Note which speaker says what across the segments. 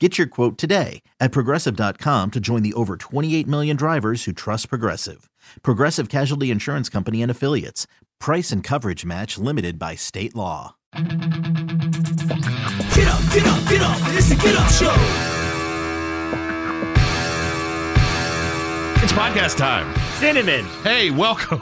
Speaker 1: Get your quote today at progressive.com to join the over 28 million drivers who trust Progressive. Progressive Casualty Insurance Company and Affiliates. Price and coverage match limited by state law.
Speaker 2: Get up, get up, get up. It's a get up show.
Speaker 3: It's podcast time.
Speaker 4: Cinnamon.
Speaker 3: Hey, welcome.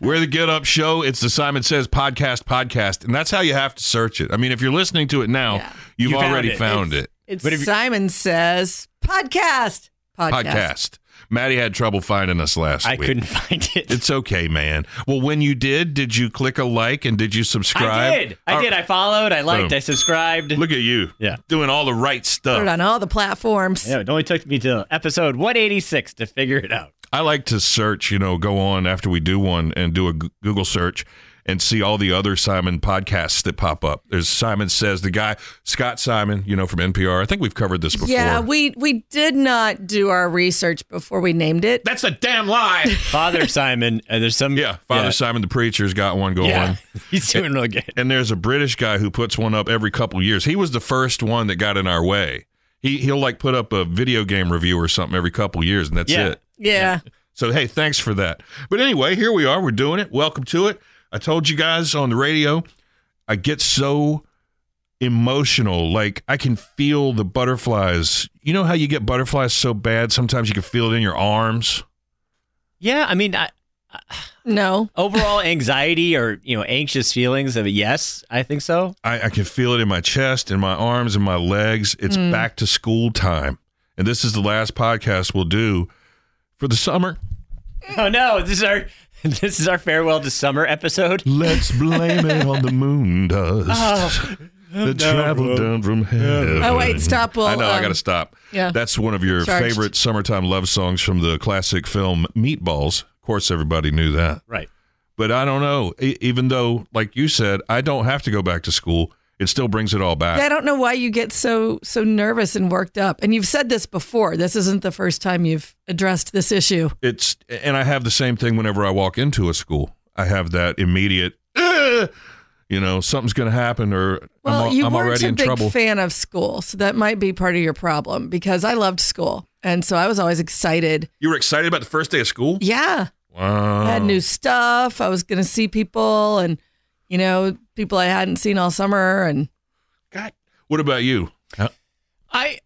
Speaker 3: We're the Get Up Show. It's the Simon Says podcast podcast, and that's how you have to search it. I mean, if you're listening to it now, you've
Speaker 4: You found
Speaker 3: already
Speaker 4: it.
Speaker 3: found it.
Speaker 5: It's
Speaker 4: But if you-
Speaker 5: Simon says podcast. Podcast.
Speaker 3: Podcast. Maddie had trouble finding us last
Speaker 4: I
Speaker 3: week.
Speaker 4: couldn't find it.
Speaker 3: It's okay, man. Well, when you did, did you click a like and did you subscribe?
Speaker 4: I did. I
Speaker 3: All
Speaker 4: did. I followed. I liked.
Speaker 3: Boom.
Speaker 4: I subscribed.
Speaker 3: Look at you.
Speaker 4: Yeah.
Speaker 3: Doing all the right
Speaker 5: Put it
Speaker 3: stuff.
Speaker 5: on all the platforms.
Speaker 4: Yeah, it only took me to episode 186 to figure it out.
Speaker 3: I like to search, you know, go on after we do one and do a G- Google search and see all the other Simon podcasts that pop up. There's Simon Says, the guy, Scott Simon, you know, from NPR. I think we've covered this before.
Speaker 5: Yeah, we we did not do our research before we named it.
Speaker 3: That's a damn lie.
Speaker 4: Father Simon. Uh, there's some.
Speaker 3: yeah, Father Simon the Preacher's got one going.
Speaker 4: Yeah. He's doing real good.
Speaker 3: And there's a British guy who puts one up every couple years. He was the first one that got in our way. He, he'll like put up a video game review or something every couple years, and that's
Speaker 4: Yeah.
Speaker 3: it.
Speaker 5: Yeah.
Speaker 3: So hey, thanks for that. But anyway, here we are. We're doing it. Welcome to it. I told you guys on the radio, I get so emotional. Like I can feel the butterflies. You know how you get butterflies so bad sometimes you can feel it in your arms.
Speaker 4: Yeah. I mean, I,
Speaker 5: No.
Speaker 4: overall anxiety or you know anxious feelings of yes, I think so.
Speaker 3: I, I can feel it in my chest, in my arms, in my legs. It's back to school time, and this is the last podcast we'll do for the summer.
Speaker 4: Oh no, this is our this is our farewell to summer episode.
Speaker 3: Let's blame it on the moon dust. The travel down from heaven.
Speaker 5: Oh, wait, stop, Will.
Speaker 3: I know, I
Speaker 5: Um,
Speaker 3: got to stop.
Speaker 5: yeah.
Speaker 3: That's one of your
Speaker 5: Charged.
Speaker 3: favorite summertime love songs from the classic film Meatballs. Of course, everybody knew that.
Speaker 4: Right.
Speaker 3: But I don't know. E- even though, like you said, I don't have to go back to school, it still brings it all back.
Speaker 5: I don't know why you get so so nervous and worked up. And you've said this before. This isn't the first time you've addressed this issue.
Speaker 3: it's and I have the same thing whenever I walk into a school. I have that immediate, "Ugh," you know, something's going to happen, or
Speaker 5: Well,
Speaker 3: I'm, al-
Speaker 5: you
Speaker 3: I'm
Speaker 5: weren't
Speaker 3: already
Speaker 5: a
Speaker 3: in
Speaker 5: big
Speaker 3: trouble.
Speaker 5: fan of school, so that might be part of your problem. Because I loved school, and so I was always excited.
Speaker 3: you were excited about the first day of school.
Speaker 5: Yeah,
Speaker 3: Wow.
Speaker 5: I had new stuff. I was going to see people, and you know, people I hadn't seen all summer, and
Speaker 3: God. What about you? Huh?
Speaker 4: I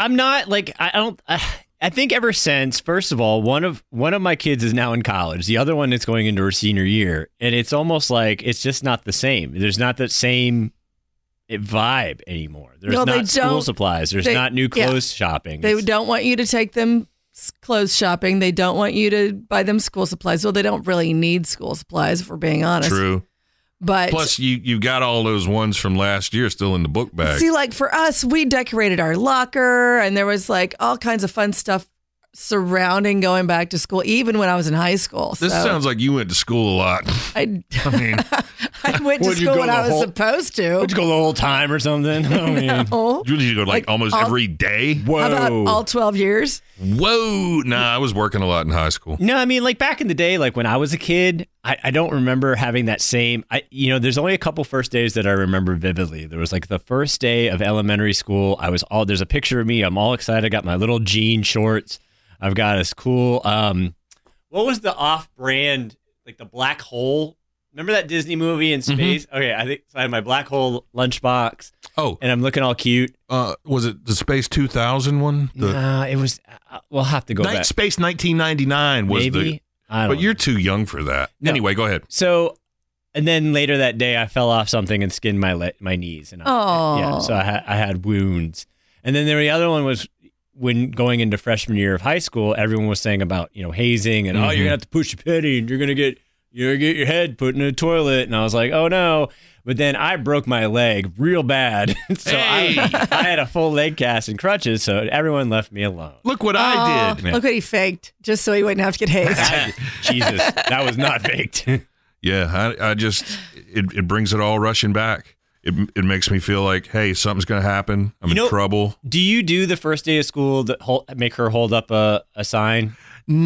Speaker 4: I'm not like I don't I, I think ever since first of all one of one of my kids is now in college the other one is going into her senior year and it's almost like it's just not the same there's not that same vibe anymore there's
Speaker 5: No, they
Speaker 4: not school
Speaker 5: don't-
Speaker 4: supplies there's
Speaker 5: they-
Speaker 4: not new
Speaker 5: yeah.
Speaker 4: clothes shopping
Speaker 5: They
Speaker 4: It's-
Speaker 5: don't want you to take them s- clothes shopping. They don't want you to buy them school supplies. Well, they don't really need school supplies, if we're being honest.
Speaker 3: True.
Speaker 5: But
Speaker 3: Plus, you you got all those ones from last year still in the book bag.
Speaker 5: see, like for us, we decorated our locker and there was like all kinds of fun stuff surrounding going back to school, even when I was in high school.
Speaker 3: this
Speaker 5: So
Speaker 3: sounds like you went to school a lot.
Speaker 5: I,
Speaker 3: I mean,
Speaker 5: I went to
Speaker 4: Would you
Speaker 5: school
Speaker 4: go
Speaker 5: when
Speaker 4: the
Speaker 5: I was
Speaker 4: whole-
Speaker 5: supposed to.
Speaker 4: Would you go the whole time or something oh man
Speaker 5: Oh.
Speaker 3: you need to go like,
Speaker 5: Like,
Speaker 3: almost
Speaker 5: all-
Speaker 3: every day.
Speaker 4: whoa
Speaker 5: How about all 12 years?
Speaker 3: Whoa. Nah, I was working a lot in high school.
Speaker 4: No, I mean, like back in the day, like when I was a kid, I, I don't remember having that same. I, you know, there's only a couple first days that I remember vividly. There was like the first day of elementary school. I was all there's a picture of me. I'm all excited. I got my little jean shorts. I've got this cool. Um, what was the off-brand like the black
Speaker 3: Mm-hmm.
Speaker 4: hole? Remember that Disney movie in space? Okay, I think so I had my black hole lunchbox.
Speaker 3: Oh,
Speaker 4: and I'm looking all cute.
Speaker 3: uh, was it the Space 2000 one? The
Speaker 4: nah, it was. Uh, we'll have to go
Speaker 3: Night
Speaker 4: back.
Speaker 3: Space 1999 was
Speaker 4: Maybe.
Speaker 3: the.
Speaker 4: I don't
Speaker 3: But
Speaker 4: know.
Speaker 3: you're too young for that.
Speaker 4: No.
Speaker 3: Anyway, go ahead.
Speaker 4: So, and then later that day, I fell off something and skinned my le- my knees. And I,
Speaker 5: Oh.
Speaker 4: yeah, so I had I had wounds. And then the other one was when going into freshman year of high school, everyone was saying about you know hazing and oh you're
Speaker 3: Mhm.
Speaker 4: gonna have to push your pity and you're gonna get you're gonna get your head put in a toilet. And I was like, oh no. But then I broke my leg real bad, so I, I had a full leg cast and crutches. So everyone left me alone.
Speaker 3: Look what I
Speaker 5: Oh,
Speaker 3: did.
Speaker 5: Look what he faked, just so he wouldn't have to get hazed.
Speaker 4: I- Jesus, that was not faked.
Speaker 3: Yeah, I, I just it, it brings it all rushing back. It it makes me feel like, hey, something's gonna happen. I'm
Speaker 4: You
Speaker 3: in
Speaker 4: know-
Speaker 3: trouble.
Speaker 4: Do you do the first day of school that hol- make her hold up a, a sign?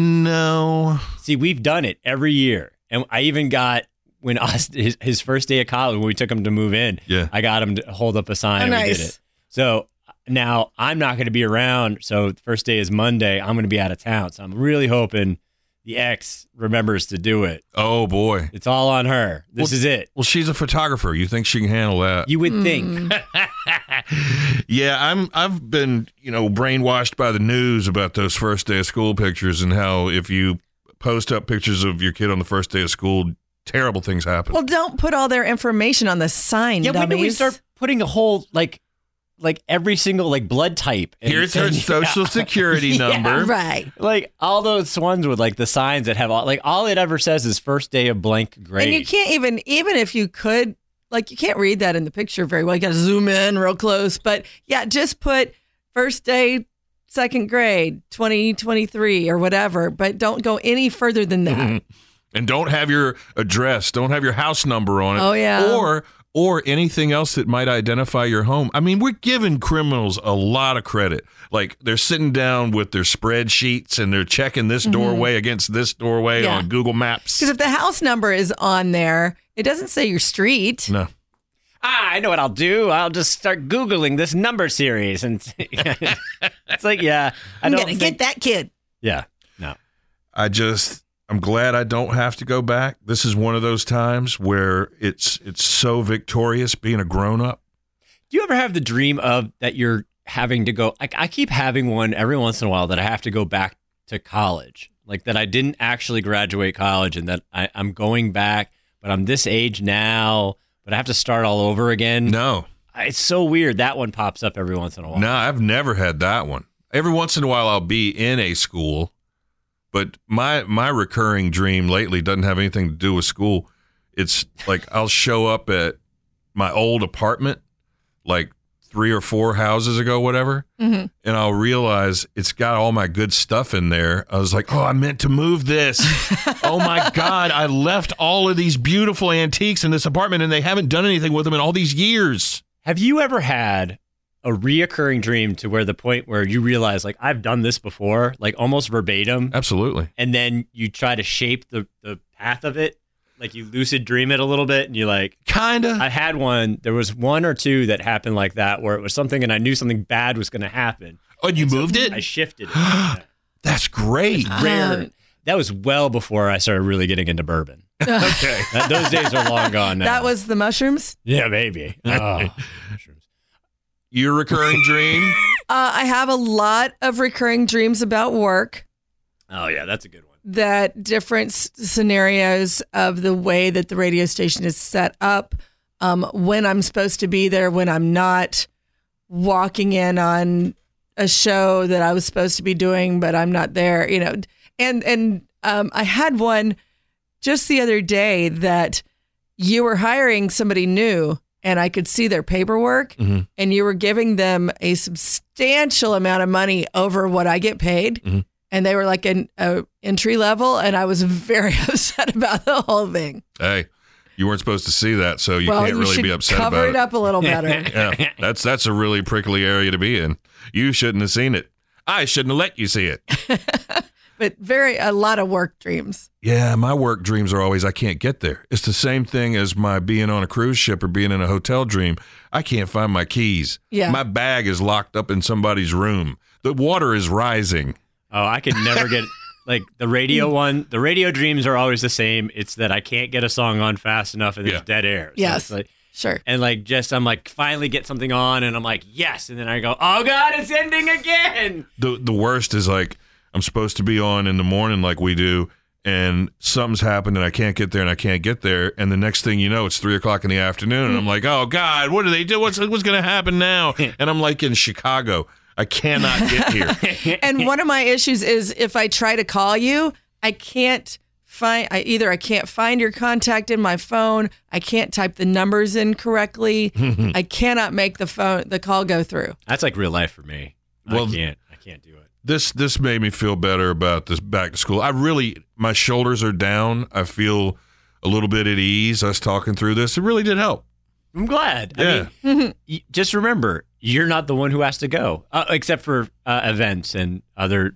Speaker 3: No,
Speaker 4: See, we've done it every year, and I even got when Austin, his his first day of college when we took him to move in.
Speaker 3: Yeah.
Speaker 4: I got him to hold up a sign.
Speaker 5: Oh,
Speaker 4: and We did
Speaker 5: nice.
Speaker 4: it. So now I'm not going to be around. So the first day is Monday. I'm going to be out of town. So I'm really hoping the ex remembers to do it.
Speaker 3: oh boy.
Speaker 4: It's all on her. This
Speaker 3: Well-
Speaker 4: is it.
Speaker 3: Well, she's a photographer. You think she can handle that?
Speaker 4: You would
Speaker 5: Hmm.
Speaker 4: think.
Speaker 3: yeah, I'm. I've been, you know, brainwashed by the news about those first day of school pictures and how if you post up pictures of your kid on the first day of school, terrible things happen.
Speaker 5: well, don't put all their information on the sign.
Speaker 4: Yeah, when do we
Speaker 5: dummies.
Speaker 4: start putting a whole like, like every single like blood type? and-
Speaker 3: Here's her
Speaker 4: and-
Speaker 3: social security number.
Speaker 5: Right.
Speaker 4: Like all those ones with like the signs that have all like all it ever says is first day of blank grade.
Speaker 5: And you can't even, even if you could, like, you can't read that in the picture very well. You got to zoom in real close. But yeah, just put first day, second grade, 2023 or whatever, but don't go any further than
Speaker 3: Mm-hmm.
Speaker 5: that.
Speaker 3: and don't have your address, don't have your house number on it.
Speaker 5: Oh, yeah.
Speaker 3: Or or anything else that might identify your home. I mean, we're giving criminals a lot of credit. Like they're sitting down with their spreadsheets and they're checking this doorway against this doorway
Speaker 5: Mm-hmm. Yeah.
Speaker 3: on Google Maps.
Speaker 5: Because if the house number is on there, it doesn't say your street.
Speaker 3: No.
Speaker 4: ah, I know what I'll do. I'll just start googling this number series, and it's like, yeah, I
Speaker 5: I'm
Speaker 4: don't
Speaker 5: going to
Speaker 4: think-
Speaker 5: get that kid.
Speaker 4: Yeah, no,
Speaker 3: I just I'm glad I don't have to go back. This is one of those times where it's it's so victorious being a grown up.
Speaker 4: Do you ever have the dream of that you're having to go? I, I keep having one every once in a while that I have to go back to college, like that I didn't actually graduate college and that I, I'm going back, but I'm this age now, but I have to start all over again.
Speaker 3: No.
Speaker 4: I- It's so weird. That one pops up every once in a while.
Speaker 3: No, I've never had that one. Every once in a while, I'll be in a school, but my my recurring dream lately doesn't have anything to do with school. It's like I'll show up at my old apartment, like three or four houses ago, whatever, and I'll realize it's got all my good stuff in there. I was like, oh, I meant to move this. oh my god, I left all of these beautiful antiques in this apartment, and they haven't done anything with them in all these years.
Speaker 4: Have you ever had a reoccurring dream to where the point where you realize, like, I've done this before, like almost verbatim,
Speaker 3: Absolutely.
Speaker 4: and then you try to shape the, the path of it? Like, you lucid dream it a little bit, and you're like,
Speaker 3: Kinda.
Speaker 4: I had one. There was one or two that happened like that where it was something, and I knew something bad was going to happen.
Speaker 3: Oh, and you moved it?
Speaker 4: I shifted it. Yeah.
Speaker 3: That's great.
Speaker 4: Rare.
Speaker 5: Um,
Speaker 4: that was well before I started really getting into bourbon.
Speaker 3: Okay.
Speaker 4: That- those days are long gone now.
Speaker 5: That was the mushrooms.
Speaker 4: yeah, maybe. Oh, mushrooms.
Speaker 3: Ah. Your recurring dream?
Speaker 5: Uh, I have a lot of recurring dreams about work
Speaker 4: Oh yeah, that's a good one.
Speaker 5: that different s- scenarios of the way that the radio station is set up, um, when I'm supposed to be there, when I'm not, walking in on a show that I was supposed to be doing, but I'm not there, you know. And and um, I had one just the other day that you were hiring somebody new and I could see their paperwork
Speaker 3: Mhm.
Speaker 5: and you were giving them a substantial amount of money over what I get paid.
Speaker 3: Mhm.
Speaker 5: And they were like an a entry level, and I was very upset about the whole thing.
Speaker 3: hey, you weren't supposed to see that, so you
Speaker 5: well,
Speaker 3: can't
Speaker 5: you
Speaker 3: really
Speaker 5: should
Speaker 3: be upset
Speaker 5: cover
Speaker 3: about
Speaker 5: it up a little better.
Speaker 3: Yeah, that's that's a really prickly area to be in. You shouldn't have seen it. I shouldn't have let you see it.
Speaker 5: but very a lot of work dreams.
Speaker 3: Yeah, my work dreams are always I can't get there. It's the same thing as my being on a cruise ship or being in a hotel dream. I can't find my keys.
Speaker 5: Yeah.
Speaker 3: My bag is locked up in somebody's room. The water is rising.
Speaker 4: Oh, I could never get like the radio one. The radio dreams are always the same. It's that I can't get a song on fast enough, and there's
Speaker 3: Yeah.
Speaker 4: dead air. So
Speaker 5: Yes.
Speaker 4: it's like,
Speaker 5: Sure.
Speaker 4: and like just I'm like finally get something on and I'm like yes and then I go oh god it's ending again
Speaker 3: the the worst is like I'm supposed to be on in the morning like we do, and something's happened and I can't get there and I can't get there, and the next thing you know it's three o'clock in the afternoon and I'm like, oh God, what do they do? What's what's gonna happen now? And I'm like in Chicago, I cannot get here.
Speaker 5: And one of my issues is if I try to call you, I can't find I either I can't find your contact in my phone, I can't type the numbers in correctly, I cannot make the phone the call go through.
Speaker 4: that's like real life for me
Speaker 3: Well-
Speaker 4: I can't I can't do it
Speaker 3: this this made me feel better about this back to school. I really my shoulders are down. I feel a little bit at ease. Us talking through this, it really did help.
Speaker 4: I'm glad I
Speaker 3: Yeah.
Speaker 4: mean, y- just remember you're not the one who has to go uh, except for uh, events and other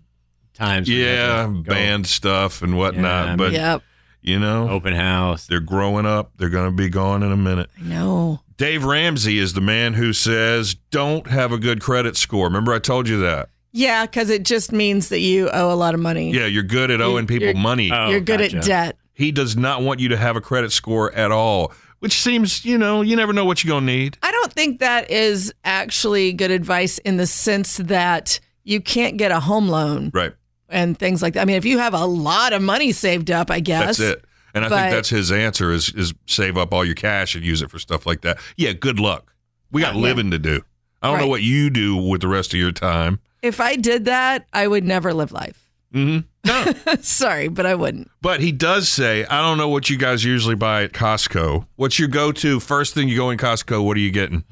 Speaker 4: times when you
Speaker 3: Yeah,
Speaker 4: have to go.
Speaker 3: band stuff and whatnot.
Speaker 4: Yeah, I
Speaker 3: but
Speaker 4: mean-
Speaker 5: Yep.
Speaker 3: you know,
Speaker 4: open house
Speaker 3: They're growing up. They're going to be gone in a minute.
Speaker 5: I know.
Speaker 3: Dave Ramsey is the man who says, don't have a good credit score. Remember, I told you that.
Speaker 5: Yeah, because it just means that you owe a lot of money.
Speaker 3: Yeah, you're good at owing people
Speaker 5: you're-
Speaker 3: money.
Speaker 4: Oh,
Speaker 5: You're good at
Speaker 4: gotcha.
Speaker 5: debt.
Speaker 3: he does not want you to have a credit score at all, which seems, you know, you never know what you're going to need.
Speaker 5: I don't think that is actually good advice in the sense that you can't get a home loan
Speaker 3: Right.
Speaker 5: and things like that. I mean, if you have a lot of money saved up, I guess.
Speaker 3: That's it. And I
Speaker 5: But-
Speaker 3: think that's his answer is is save up all your cash and use it for stuff like that. Yeah, good luck. We got
Speaker 5: yeah.
Speaker 3: living to do. I don't know
Speaker 5: Right.
Speaker 3: what you do with the rest of your time.
Speaker 5: If I did that, I would never live life.
Speaker 3: hmm No.
Speaker 5: Sorry, but I wouldn't.
Speaker 3: But he does say, I don't know what you guys usually buy at Costco. What's your go to? First thing you go in Costco, what are you getting?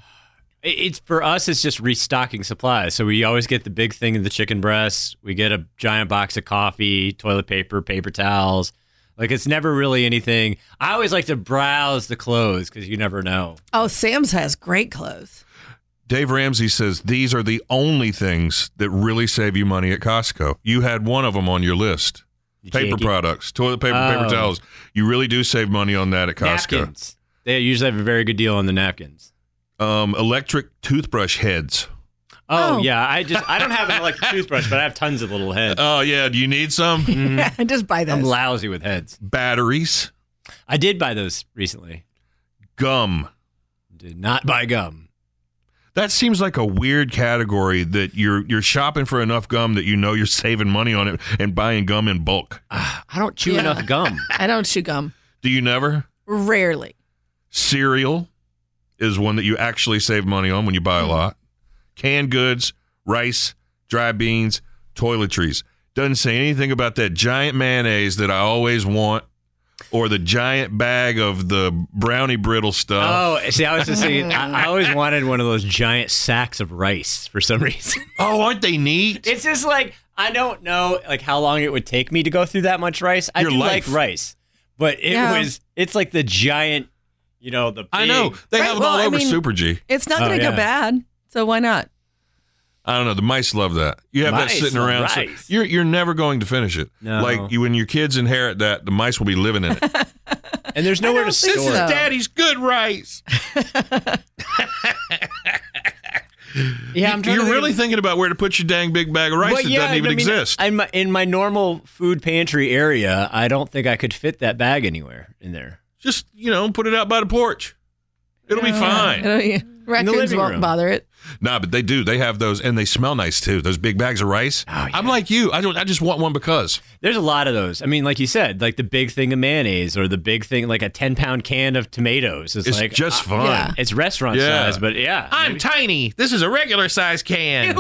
Speaker 4: It- It's for us. It's just restocking supplies. So we always get the big thing of the chicken breasts. We get a giant box of coffee, toilet paper, paper towels. Like it's never really anything. I always like to browse the clothes because you never know.
Speaker 5: Oh, Sam's has great clothes.
Speaker 3: Dave Ramsey says these are the only things that really save you money at Costco. You had one of them on your list paper
Speaker 4: Jiggy.
Speaker 3: products, toilet paper, paper
Speaker 4: Oh.
Speaker 3: towels. You really do save money on that at Costco.
Speaker 4: Napkins. They usually have a very good deal on the napkins.
Speaker 3: Um, electric toothbrush heads.
Speaker 4: Oh,
Speaker 5: Oh.
Speaker 4: yeah, I just I don't have an electric toothbrush, but I have tons of little heads.
Speaker 3: Oh, yeah. Do you need some?
Speaker 5: I just buy
Speaker 4: I'm
Speaker 5: those.
Speaker 4: lousy with heads.
Speaker 3: Batteries,
Speaker 4: I did buy those recently.
Speaker 3: gum.
Speaker 4: Did not buy gum.
Speaker 3: That seems like a weird category that you're you're shopping for enough gum that you know you're saving money on it and buying gum in bulk.
Speaker 4: Ah, I don't chew
Speaker 5: Yeah.
Speaker 4: enough gum.
Speaker 5: I don't chew gum.
Speaker 3: Do you never?
Speaker 5: Rarely.
Speaker 3: Cereal is one that you actually save money on when you
Speaker 5: Hmm.
Speaker 3: buy a lot. Canned goods, rice, dry beans, toiletries. Doesn't say anything about that giant mayonnaise that I always want or the giant bag of the brownie brittle stuff.
Speaker 4: Oh, see, I was just thinking, I, I always wanted one of those giant sacks of rice for some reason.
Speaker 3: oh, aren't they neat?
Speaker 4: It's just like I don't know like how long it would take me to go through that much rice. I
Speaker 3: Your
Speaker 4: do
Speaker 3: life.
Speaker 4: like rice, but it
Speaker 5: Yeah.
Speaker 4: was it's like the giant, you know, the big,
Speaker 3: I know. They
Speaker 5: Right,
Speaker 3: have it
Speaker 5: well,
Speaker 3: all
Speaker 5: I
Speaker 3: over
Speaker 5: mean-
Speaker 3: Super G.
Speaker 5: It's not
Speaker 4: Oh,
Speaker 5: going to
Speaker 4: yeah.
Speaker 5: go bad. So why not?
Speaker 3: I don't know. The mice love that. You have that
Speaker 4: Mice
Speaker 3: sitting
Speaker 4: love
Speaker 3: around. so
Speaker 4: rice.
Speaker 3: you're you're never going to finish it.
Speaker 4: No.
Speaker 3: Like you, when your kids inherit that, the mice will be living in it.
Speaker 4: and there's nowhere to
Speaker 5: don't think
Speaker 4: store.
Speaker 5: so.
Speaker 4: it.
Speaker 3: Daddy's good rice.
Speaker 4: Yeah, I'm trying to
Speaker 3: You're
Speaker 4: think
Speaker 3: really
Speaker 4: of-
Speaker 3: thinking about where to put your dang big bag of rice
Speaker 4: Well,
Speaker 3: that
Speaker 4: yeah,
Speaker 3: doesn't even
Speaker 4: I mean,
Speaker 3: exist.
Speaker 4: In my, in my normal food pantry area, I don't think I could fit that bag anywhere in there.
Speaker 3: Just you know, put it out by the porch. It'll be
Speaker 5: I
Speaker 3: fine.
Speaker 5: don't- yeah. Raccoons
Speaker 4: living
Speaker 5: won't
Speaker 4: room.
Speaker 5: bother it.
Speaker 3: Nah, but they do. They have those, and they smell nice too. Those big bags of rice.
Speaker 4: Oh, yeah.
Speaker 3: I'm like you. I don't. I just want one because.
Speaker 4: There's a lot of those. I mean, like you said, like the big thing of mayonnaise or the big thing, like a 10 pound can of tomatoes. Is
Speaker 3: It's
Speaker 4: like
Speaker 3: just
Speaker 4: uh,
Speaker 3: fun.
Speaker 5: yeah.
Speaker 4: It's restaurant
Speaker 3: Yeah.
Speaker 4: size, but yeah.
Speaker 3: I'm tiny. This is a regular size can. But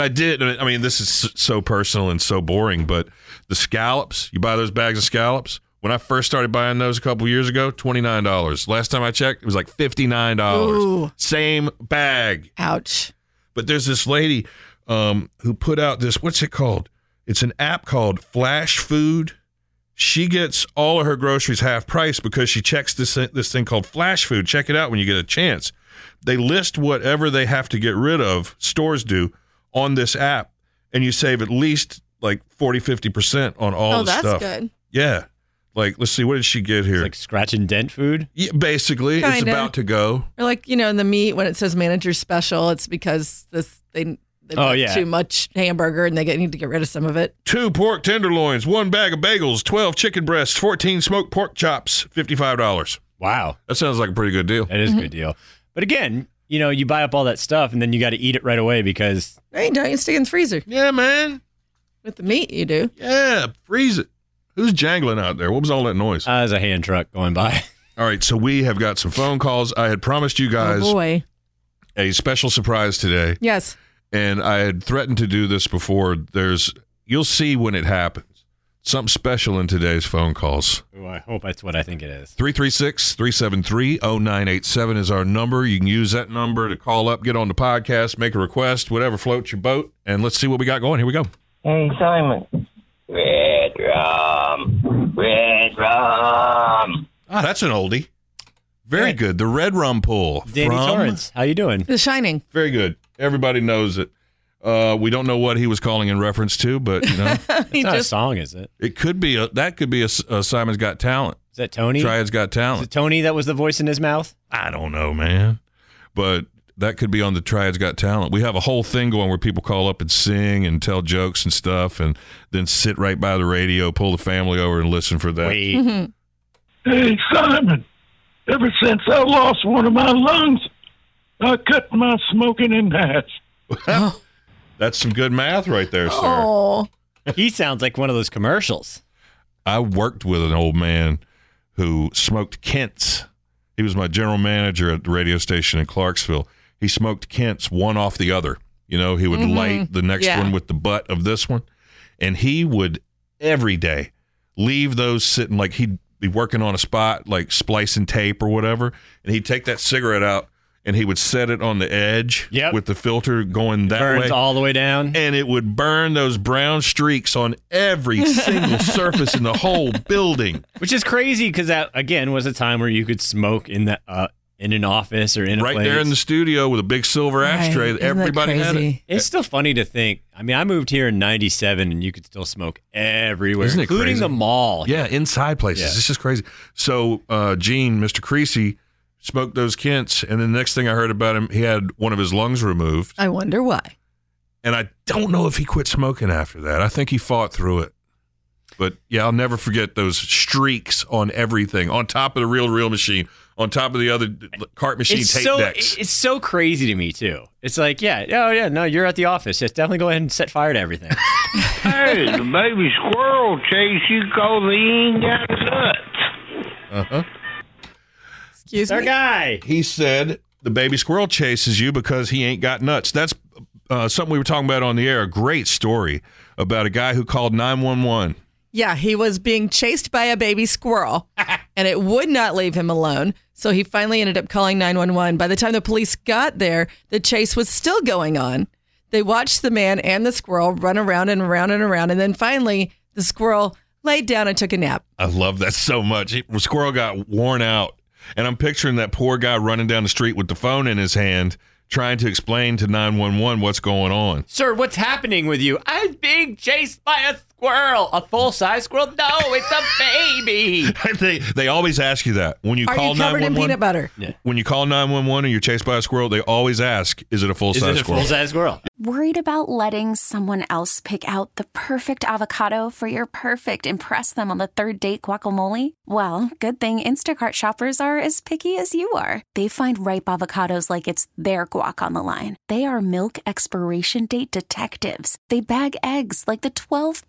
Speaker 3: I did. I mean, this is s- so personal and so boring. But the scallops, you buy those bags of scallops. When I first started buying those a couple years ago, twenty nine dollars. Last time I checked, it was like fifty nine dollars.
Speaker 5: Ooh.
Speaker 3: Same bag.
Speaker 5: Ouch.
Speaker 3: But there's this lady um, who put out this. What's it called? It's an app called Flash Food. She gets all of her groceries half price because she checks this thi- this thing called Flash Food. Check it out when you get a chance. They list whatever they have to get rid of. Stores do on this app, and you save at least like 40 50 percent on all
Speaker 5: oh,
Speaker 3: the
Speaker 5: that's
Speaker 3: stuff.
Speaker 5: good.
Speaker 3: Yeah. Like, let's see. What did she get
Speaker 4: It's
Speaker 3: here?
Speaker 4: like scratch and dent food.
Speaker 3: yeah, basically, it's
Speaker 5: Kinda.
Speaker 3: about to go.
Speaker 5: Or like you know, in the meat when it says manager special, it's because this they They've
Speaker 4: Oh,
Speaker 5: got
Speaker 4: yeah.
Speaker 5: too much hamburger and they get, need to get rid of some of it.
Speaker 3: Two pork tenderloins, one bag of bagels, 12 chicken breasts, 14 smoked pork chops, $55.
Speaker 4: Wow.
Speaker 3: That sounds like a pretty good deal.
Speaker 4: That is a good deal. But again, you know, you buy up all that stuff and then you got to eat it right away because
Speaker 5: Hey, don't you stick it in the freezer
Speaker 3: Yeah, man.
Speaker 5: with the meat you do.
Speaker 3: Yeah, freeze it. Who's jangling out there? What was all that noise?
Speaker 4: uh, there's a hand truck going by.
Speaker 3: all right, so we have got some phone calls. I had promised you guys
Speaker 5: oh boy.
Speaker 3: a special surprise today.
Speaker 5: Yes.
Speaker 3: and I had threatened to do this before. There's, you'll see when it happens. Something special in today's phone calls.
Speaker 4: Ooh, I hope that's what I think it is.
Speaker 3: 336 373 0987 is our number. You can use that number to call up, get on the podcast, make a request, whatever floats your boat, and let's see what we got going. Here we go.
Speaker 6: Hey, Simon. Red rum. Red rum.
Speaker 3: Ah, that's an oldie. Very
Speaker 4: Hey.
Speaker 3: good. The Red Rum Pool.
Speaker 4: Danny
Speaker 3: from-
Speaker 4: Torrance, how you doing?
Speaker 5: The Shining.
Speaker 3: Very good. Everybody knows it. Uh, we don't know what he was calling in reference to, but you know,
Speaker 4: It's not a song, is it?
Speaker 3: it could be a that could be a, S- a Simon's Got Talent.
Speaker 4: Is that Tony?
Speaker 3: Triad's Got Talent.
Speaker 4: Is it Tony that was the voice in his mouth?
Speaker 3: I don't know, man. But that could be on the Triads Got Talent. We have a whole thing going where people call up and sing and tell jokes and stuff, and then sit right by the radio, pull the family over and listen for that.
Speaker 4: Wait.
Speaker 7: Hey, Simon, ever since I lost one of my lungs, I cut my smoking in half.
Speaker 3: That's some good math right there, sir.
Speaker 5: Oh.
Speaker 4: he sounds like one of those commercials.
Speaker 3: I worked with an old man who smoked Kent's. He was my general manager at the radio station in Clarksville. He smoked Kent's one off the other. You know, he would light the next
Speaker 5: Yeah.
Speaker 3: one with the butt of this one. And he would every day leave those sitting like he'd be working on a spot, like splicing tape or whatever. And he'd take that cigarette out and he would set it on the edge
Speaker 4: Yep.
Speaker 3: with the filter going that
Speaker 4: Burns
Speaker 3: way
Speaker 4: all the way down.
Speaker 3: and it would burn those brown streaks on every single surface in the whole building.
Speaker 4: Which is crazy because that again was a time where you could smoke in the uh, in an office or in a
Speaker 3: right
Speaker 4: place.
Speaker 3: there in the studio with a big silver ashtray.
Speaker 5: Right. Isn't that
Speaker 3: Everybody had it.
Speaker 5: crazy?
Speaker 4: It's still funny to think. I mean, I moved here in '97, and you could still smoke everywhere,
Speaker 3: Isn't it
Speaker 4: including
Speaker 3: crazy?
Speaker 4: the mall.
Speaker 3: Yeah, inside places.
Speaker 4: Yeah.
Speaker 3: It's just crazy. So uh, Gene, Mr. Creasy, smoked those Kents, and then the next thing I heard about him, he had one of his lungs removed,
Speaker 5: I wonder why.
Speaker 3: and I don't know if he quit smoking after that. I think he fought through it. But yeah, I'll never forget those streaks on everything, on top of the real, real machine, on top of the other cart machine
Speaker 4: It's
Speaker 3: tape
Speaker 4: so
Speaker 3: decks.
Speaker 4: it- it's so crazy to me too. It's like, yeah, oh yeah, no, you're at the office. Yes, definitely go ahead and set fire to everything.
Speaker 7: Hey, the baby squirrel chase you call the ain't got nuts.
Speaker 3: uh-huh.
Speaker 5: Excuse
Speaker 4: Our
Speaker 5: me.
Speaker 4: guy.
Speaker 3: he said the baby squirrel chases you because he ain't got nuts. That's uh, something we were talking about on the air. A great story about a guy who called 911.
Speaker 5: Yeah, he was being chased by a baby squirrel and it would not leave him alone. So he finally ended up calling 911. By the time the police got there, the chase was still going on. They watched the man and the squirrel run around and around and around. And then finally, the squirrel laid down and took a nap.
Speaker 3: I love that so much. He, squirrel got worn out. And I'm picturing that poor guy running down the street with the phone in his hand, trying to explain to 911 what's going on.
Speaker 4: Sir, what's happening with you? I'm being chased by a squirrel. A full size squirrel? No, it's a baby.
Speaker 3: they, they always ask you that when you
Speaker 5: Are
Speaker 3: call
Speaker 5: you covered in
Speaker 3: 911.
Speaker 5: peanut butter?
Speaker 3: When you call 911 or you're chased by a squirrel, they always ask, "Is it a full
Speaker 4: Is
Speaker 3: size
Speaker 4: it a
Speaker 3: squirrel?"
Speaker 4: full size squirrel?
Speaker 8: Worried about letting someone else pick out the perfect avocado for your perfect impress them on the third date guacamole? Well, good thing Instacart shoppers are as picky as you are. They find ripe avocados like it's their guac on the line. They are milk expiration date detectives. They bag eggs like the 12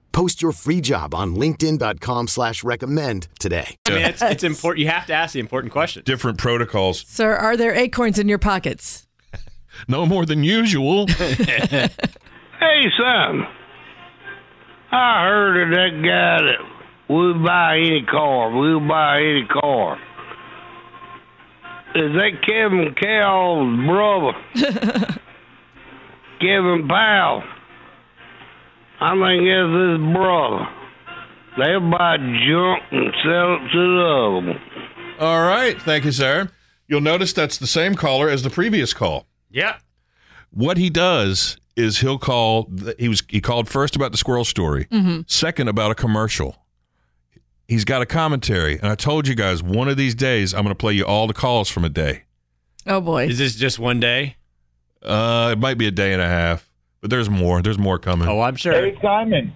Speaker 9: Post your free job on linkedin.com/recommend slash recommend today.
Speaker 4: I mean, it's, it's important. You have to ask the important question.
Speaker 3: Different protocols.
Speaker 5: Sir, are there acorns in your pockets?
Speaker 3: No more than usual.
Speaker 7: Hey, son. I heard of that guy that would buy any car. We'll buy any car. Is that Kevin Cowell's brother? Kevin Powell. I think that's his brother. They'll buy junk and sell it to the other one.
Speaker 3: All right. Thank you, sir. You'll notice that's the same caller as the previous call.
Speaker 4: Yeah.
Speaker 3: What he does is he'll call. the- He was he called first about the squirrel story, second about a commercial. He's got a commentary, and I told you guys one of these days I'm going to play you all the calls from a day.
Speaker 5: Oh boy.
Speaker 4: Is this just one day?
Speaker 3: Uh, it might be a day and a half, but there's more. There's more coming.
Speaker 4: Oh, I'm sure.
Speaker 10: Hey, Simon,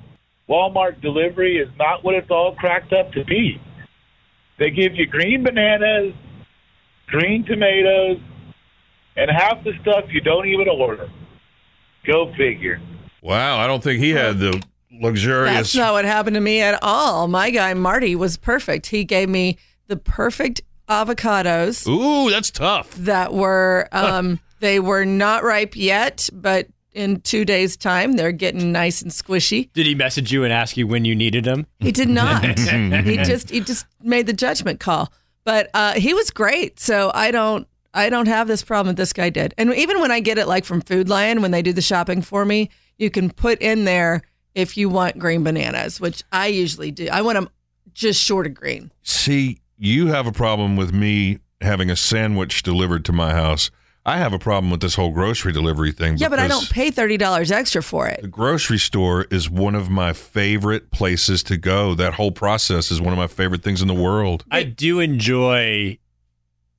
Speaker 10: Walmart delivery is not what it's all cracked up to be. They give you green bananas, green tomatoes, and half the stuff you don't even order. Go figure.
Speaker 3: Wow, I don't think he had the luxurious.
Speaker 5: That's not what happened to me at all. My guy Marty was perfect. He gave me the perfect avocados
Speaker 3: Ooh, that's tough.
Speaker 5: that were um they were not ripe yet, but in 2 days time they're getting nice and squishy.
Speaker 4: Did he message you and ask you when you needed him?
Speaker 5: He did not. he just he just made the judgment call. But uh, he was great. So I don't I don't have this problem that this guy did. And even when I get it like from Food Lion when they do the shopping for me, you can put in there if you want green bananas, which I usually do. I want them just short of green.
Speaker 3: See, you have a problem with me having a sandwich delivered to my house. I have a problem with this whole grocery delivery thing.
Speaker 5: Yeah, but I
Speaker 3: because
Speaker 5: don't pay thirty dollars extra for it.
Speaker 3: The grocery store is one of my favorite places to go. That whole process is one of my favorite things in the world.
Speaker 4: I do enjoy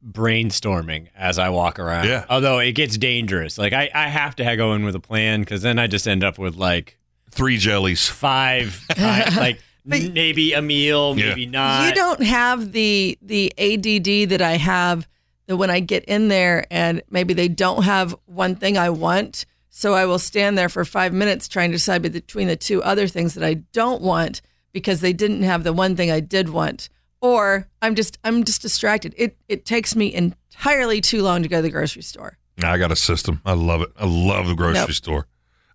Speaker 4: brainstorming as I walk around.
Speaker 3: Yeah.
Speaker 4: Although it gets dangerous. Like I, I have to ha- go in with a plan because then I just end up with like
Speaker 3: Three jellies.
Speaker 4: five, I- like
Speaker 5: But-
Speaker 4: maybe a meal,
Speaker 3: Yeah.
Speaker 4: maybe not.
Speaker 5: you don't have the the ADD that I have that when I get in there and maybe they don't have one thing I want, so I will stand there for 5 minutes trying to decide between the two other things that I don't want because they didn't have the one thing I did want or I'm just I'm just distracted. It it takes me entirely too long to go to the grocery store.
Speaker 3: I got a system. I love it. I love the grocery
Speaker 5: Nope.
Speaker 3: store.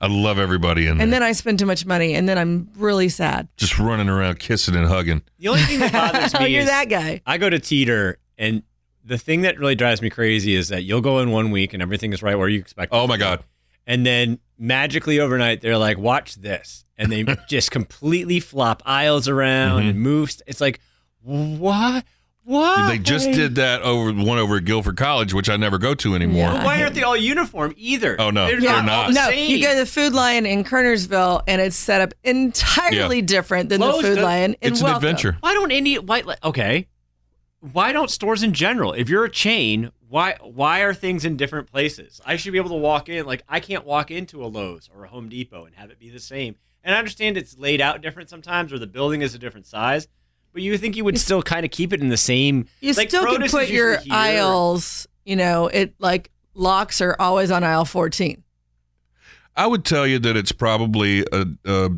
Speaker 3: I love everybody in there.
Speaker 4: Mm.
Speaker 5: And then I spend too much money and then I'm really sad.
Speaker 3: Just running around kissing and hugging.
Speaker 4: The only thing that bothers
Speaker 5: oh,
Speaker 4: me
Speaker 5: you're
Speaker 4: is
Speaker 5: that guy.
Speaker 4: I go to Teeter and the thing that really drives me crazy is that you'll go in one week and everything is right where you expect. it
Speaker 3: Oh
Speaker 4: to
Speaker 3: my
Speaker 4: be.
Speaker 3: God.
Speaker 4: And then magically overnight, they're like, watch this. And they just completely flop aisles around and move. st- It's like, what? What?
Speaker 3: Mm-hmm. They just did that over one over at Guilford College, which I never go to anymore.
Speaker 5: Yeah.
Speaker 4: Why aren't they all uniform either?
Speaker 3: Oh, no, they're
Speaker 4: all
Speaker 3: not.
Speaker 4: the
Speaker 5: No,
Speaker 4: same.
Speaker 5: you go to the Food Lion in Kernersville, and it's set up entirely different than
Speaker 4: Lowe's
Speaker 5: the Food
Speaker 4: does-
Speaker 5: Lion in
Speaker 3: It's an
Speaker 5: Wellcome.
Speaker 3: adventure.
Speaker 4: why don't any why like, okay? Why don't stores in general? If you're a chain, why why are things in different places? I should be able to walk in. Like I can't walk into a Lowe's or a Home Depot and have it be the same. And I understand it's laid out different sometimes, or the building is a different size. But you think you would still kind of keep it in the same?
Speaker 5: You
Speaker 4: like,
Speaker 5: still can
Speaker 4: produce is
Speaker 5: put your
Speaker 4: usually here.
Speaker 5: aisles. You know, it like locks are always on aisle fourteen.
Speaker 3: I would tell you that it's probably a, a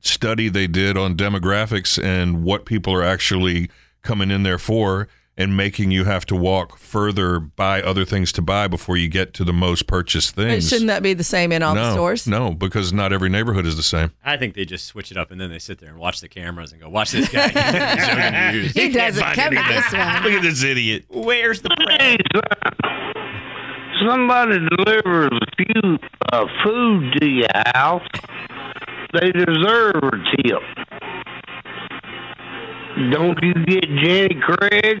Speaker 3: study they did on demographics and what people are actually coming in there for and making you have to walk further buy other things to buy before you get to the most purchased
Speaker 5: But
Speaker 3: things.
Speaker 5: shouldn't that be the same in all
Speaker 3: no,
Speaker 5: the stores?
Speaker 3: No, because not every neighborhood is the same.
Speaker 4: I think they just switch it up and then they sit there and watch the cameras and go, "Watch this guy." He's so confused.
Speaker 5: He doesn't come to this one.
Speaker 3: Look at this idiot.
Speaker 4: Where's the
Speaker 7: Hey, son. Somebody delivers a few uh, food to your house. They deserve a tip. Don't you get Jenny Craig?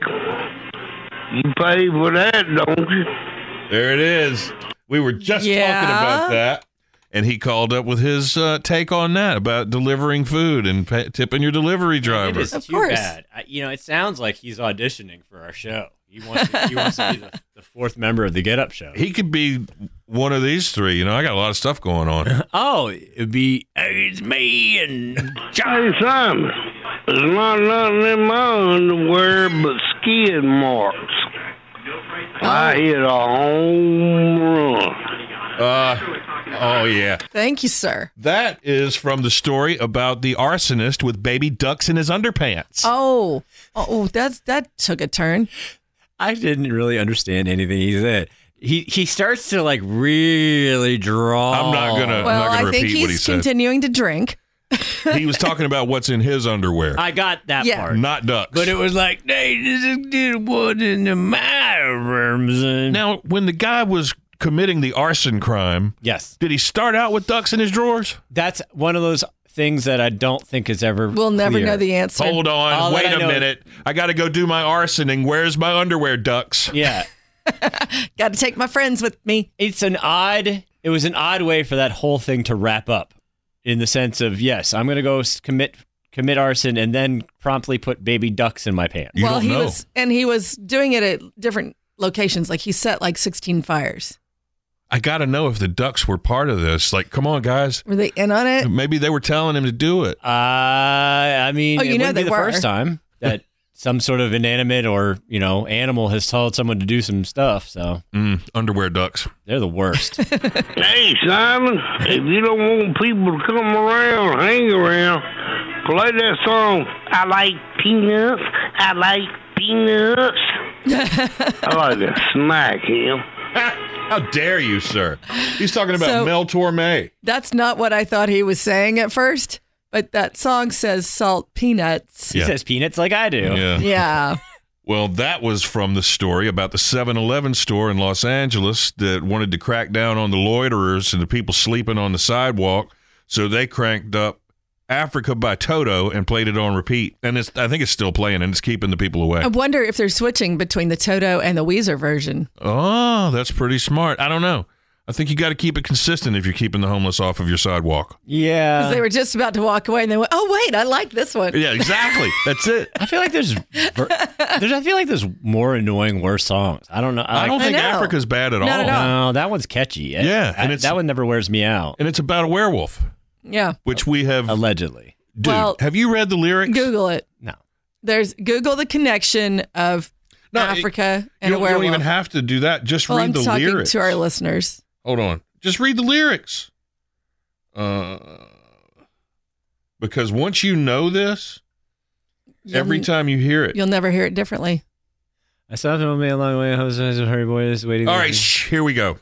Speaker 7: You pay for that, don't you?
Speaker 3: There it is. We were just
Speaker 5: Yeah.
Speaker 3: talking about that. and he called up with his uh, take on that about delivering food and pa tipping your delivery driver.
Speaker 4: It is too bad. I, you know, it sounds like he's auditioning for our show. He wants to, he wants to be the, the fourth member of the Get Up Show.
Speaker 3: He could be one of these three. You know, I got a lot of stuff going on.
Speaker 4: Oh, it'd be it's me and John.
Speaker 7: Hey, Simon, there's not nothing in my underwear but skid marks. I hit a home run.
Speaker 3: Uh, oh yeah.
Speaker 5: Thank you, sir.
Speaker 3: That is from the story about the arsonist with baby ducks in his underpants.
Speaker 5: Oh, oh, that's that took a turn.
Speaker 4: I didn't really understand anything he said. He he starts to like really draw.
Speaker 3: I'm not gonna. I'm
Speaker 5: Well,
Speaker 3: not gonna
Speaker 5: I think
Speaker 3: repeat what he
Speaker 5: he's continuing to drink.
Speaker 3: said. he was talking about what's in his underwear,
Speaker 4: I got that
Speaker 5: Yeah.
Speaker 4: part,
Speaker 3: not ducks.
Speaker 4: but it was like they just did what in the matter, Ramson.
Speaker 3: now when the guy was committing the arson crime,
Speaker 4: yes,
Speaker 3: did he start out with ducks in his drawers?
Speaker 4: that's one of those things that I don't think is ever.
Speaker 5: We'll never
Speaker 4: clear.
Speaker 5: know the answer.
Speaker 3: Hold on,
Speaker 4: All
Speaker 3: wait
Speaker 4: that I
Speaker 3: a
Speaker 4: know-
Speaker 3: minute. I got to go do my arsoning. Where's my underwear, ducks?
Speaker 4: Yeah,
Speaker 5: Got to take my friends with me.
Speaker 4: it's an odd it was an odd way for that whole thing to wrap up in the sense of yes i'm going to go s- commit commit arson and then promptly put baby ducks in my pants
Speaker 3: You
Speaker 5: well,
Speaker 3: don't
Speaker 5: he
Speaker 3: know.
Speaker 5: was, and he was doing it at different locations. Like he set like 16 fires.
Speaker 3: I got to know if the ducks were part of this. Like, come on, guys.
Speaker 5: Were they in on it?
Speaker 3: Maybe they were telling him to do it.
Speaker 4: uh, i mean
Speaker 5: Oh, you
Speaker 4: it
Speaker 5: know
Speaker 4: wouldn't
Speaker 5: they
Speaker 4: be the
Speaker 5: were.
Speaker 4: first time that some sort of inanimate or you know animal has told someone to do some stuff so
Speaker 3: Mm, underwear ducks.
Speaker 4: they're the worst
Speaker 7: Hey, Simon, if you don't want people to come around, hang around, play that song. I like peanuts. I like peanuts. I like to smack him.
Speaker 3: How dare you, sir? He's talking about
Speaker 5: So-
Speaker 3: Mel Torme.
Speaker 5: That's not what I thought he was saying at first, but that song says salt peanuts.
Speaker 4: he
Speaker 3: Yeah.
Speaker 4: says peanuts like i do
Speaker 3: Yeah.
Speaker 5: Yeah.
Speaker 3: Well, that was from the story about the 7 Eleven store in Los Angeles that wanted to crack down on the loiterers and the people sleeping on the sidewalk. So they cranked up Africa by Toto and played it on repeat. And it's, I think it's still playing and it's keeping the people away.
Speaker 5: I wonder if they're switching between the Toto and the Weezer version.
Speaker 3: Oh, that's pretty smart. I don't know. I think you got to keep it consistent if you're keeping the homeless off of your sidewalk.
Speaker 4: yeah
Speaker 5: 'Cause they were just about to walk away and they went, oh, wait, I like this one.
Speaker 3: Yeah, exactly. that's it.
Speaker 4: I feel like there's, ver- there's, I feel like there's more annoying, worse songs. I don't know.
Speaker 3: I don't
Speaker 4: like-
Speaker 3: think
Speaker 5: know.
Speaker 3: Africa's bad at all.
Speaker 5: Not at all.
Speaker 4: No, that one's catchy.
Speaker 3: Yeah,
Speaker 4: I-
Speaker 3: and it's-
Speaker 4: that one never wears me out.
Speaker 3: And it's about a werewolf,
Speaker 5: Yeah.
Speaker 3: which we have.
Speaker 4: Allegedly.
Speaker 3: dude,
Speaker 5: Well-
Speaker 3: have you read the lyrics?
Speaker 5: Google it.
Speaker 4: No.
Speaker 5: There's Google the connection of
Speaker 3: No,
Speaker 5: Africa
Speaker 3: You
Speaker 5: and a
Speaker 3: don't, you don't
Speaker 5: werewolf.
Speaker 3: even have to do that. Just
Speaker 5: well,
Speaker 3: read
Speaker 5: I'm
Speaker 3: the
Speaker 5: talking
Speaker 3: lyrics.
Speaker 5: to our listeners.
Speaker 3: Hold on. Just read the lyrics. Uh, because once you know this,
Speaker 5: You'll-
Speaker 3: every time you hear it.
Speaker 5: You'll never hear it differently.
Speaker 4: I stopped on me a long way. I was a hurry boy is waiting.
Speaker 3: All right, shh, here we go.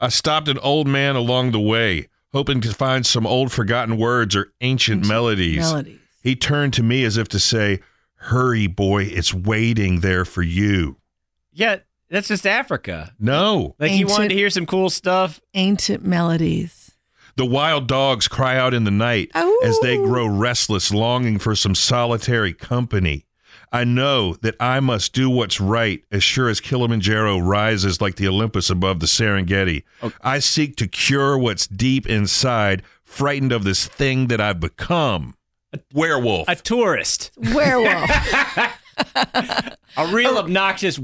Speaker 3: I stopped an old man along the way, hoping to find some old forgotten words or ancient, melodies.
Speaker 5: Melodies.
Speaker 3: He turned to me as if to say, Hurry, boy, it's waiting there for you.
Speaker 4: Yeah, that's just Africa.
Speaker 3: No.
Speaker 4: Like he wanted
Speaker 5: Ancient-
Speaker 4: to hear some cool stuff.
Speaker 5: Ancient melodies.
Speaker 3: The wild dogs cry out in the night
Speaker 5: Ow.
Speaker 3: as they grow restless, longing for some solitary company. I know that I must do what's right as sure as Kilimanjaro rises like the Olympus above the Serengeti. I seek to cure what's deep inside, frightened of this thing that I've become. Werewolf.
Speaker 4: A tourist,
Speaker 5: Werewolf.
Speaker 4: a real obnoxious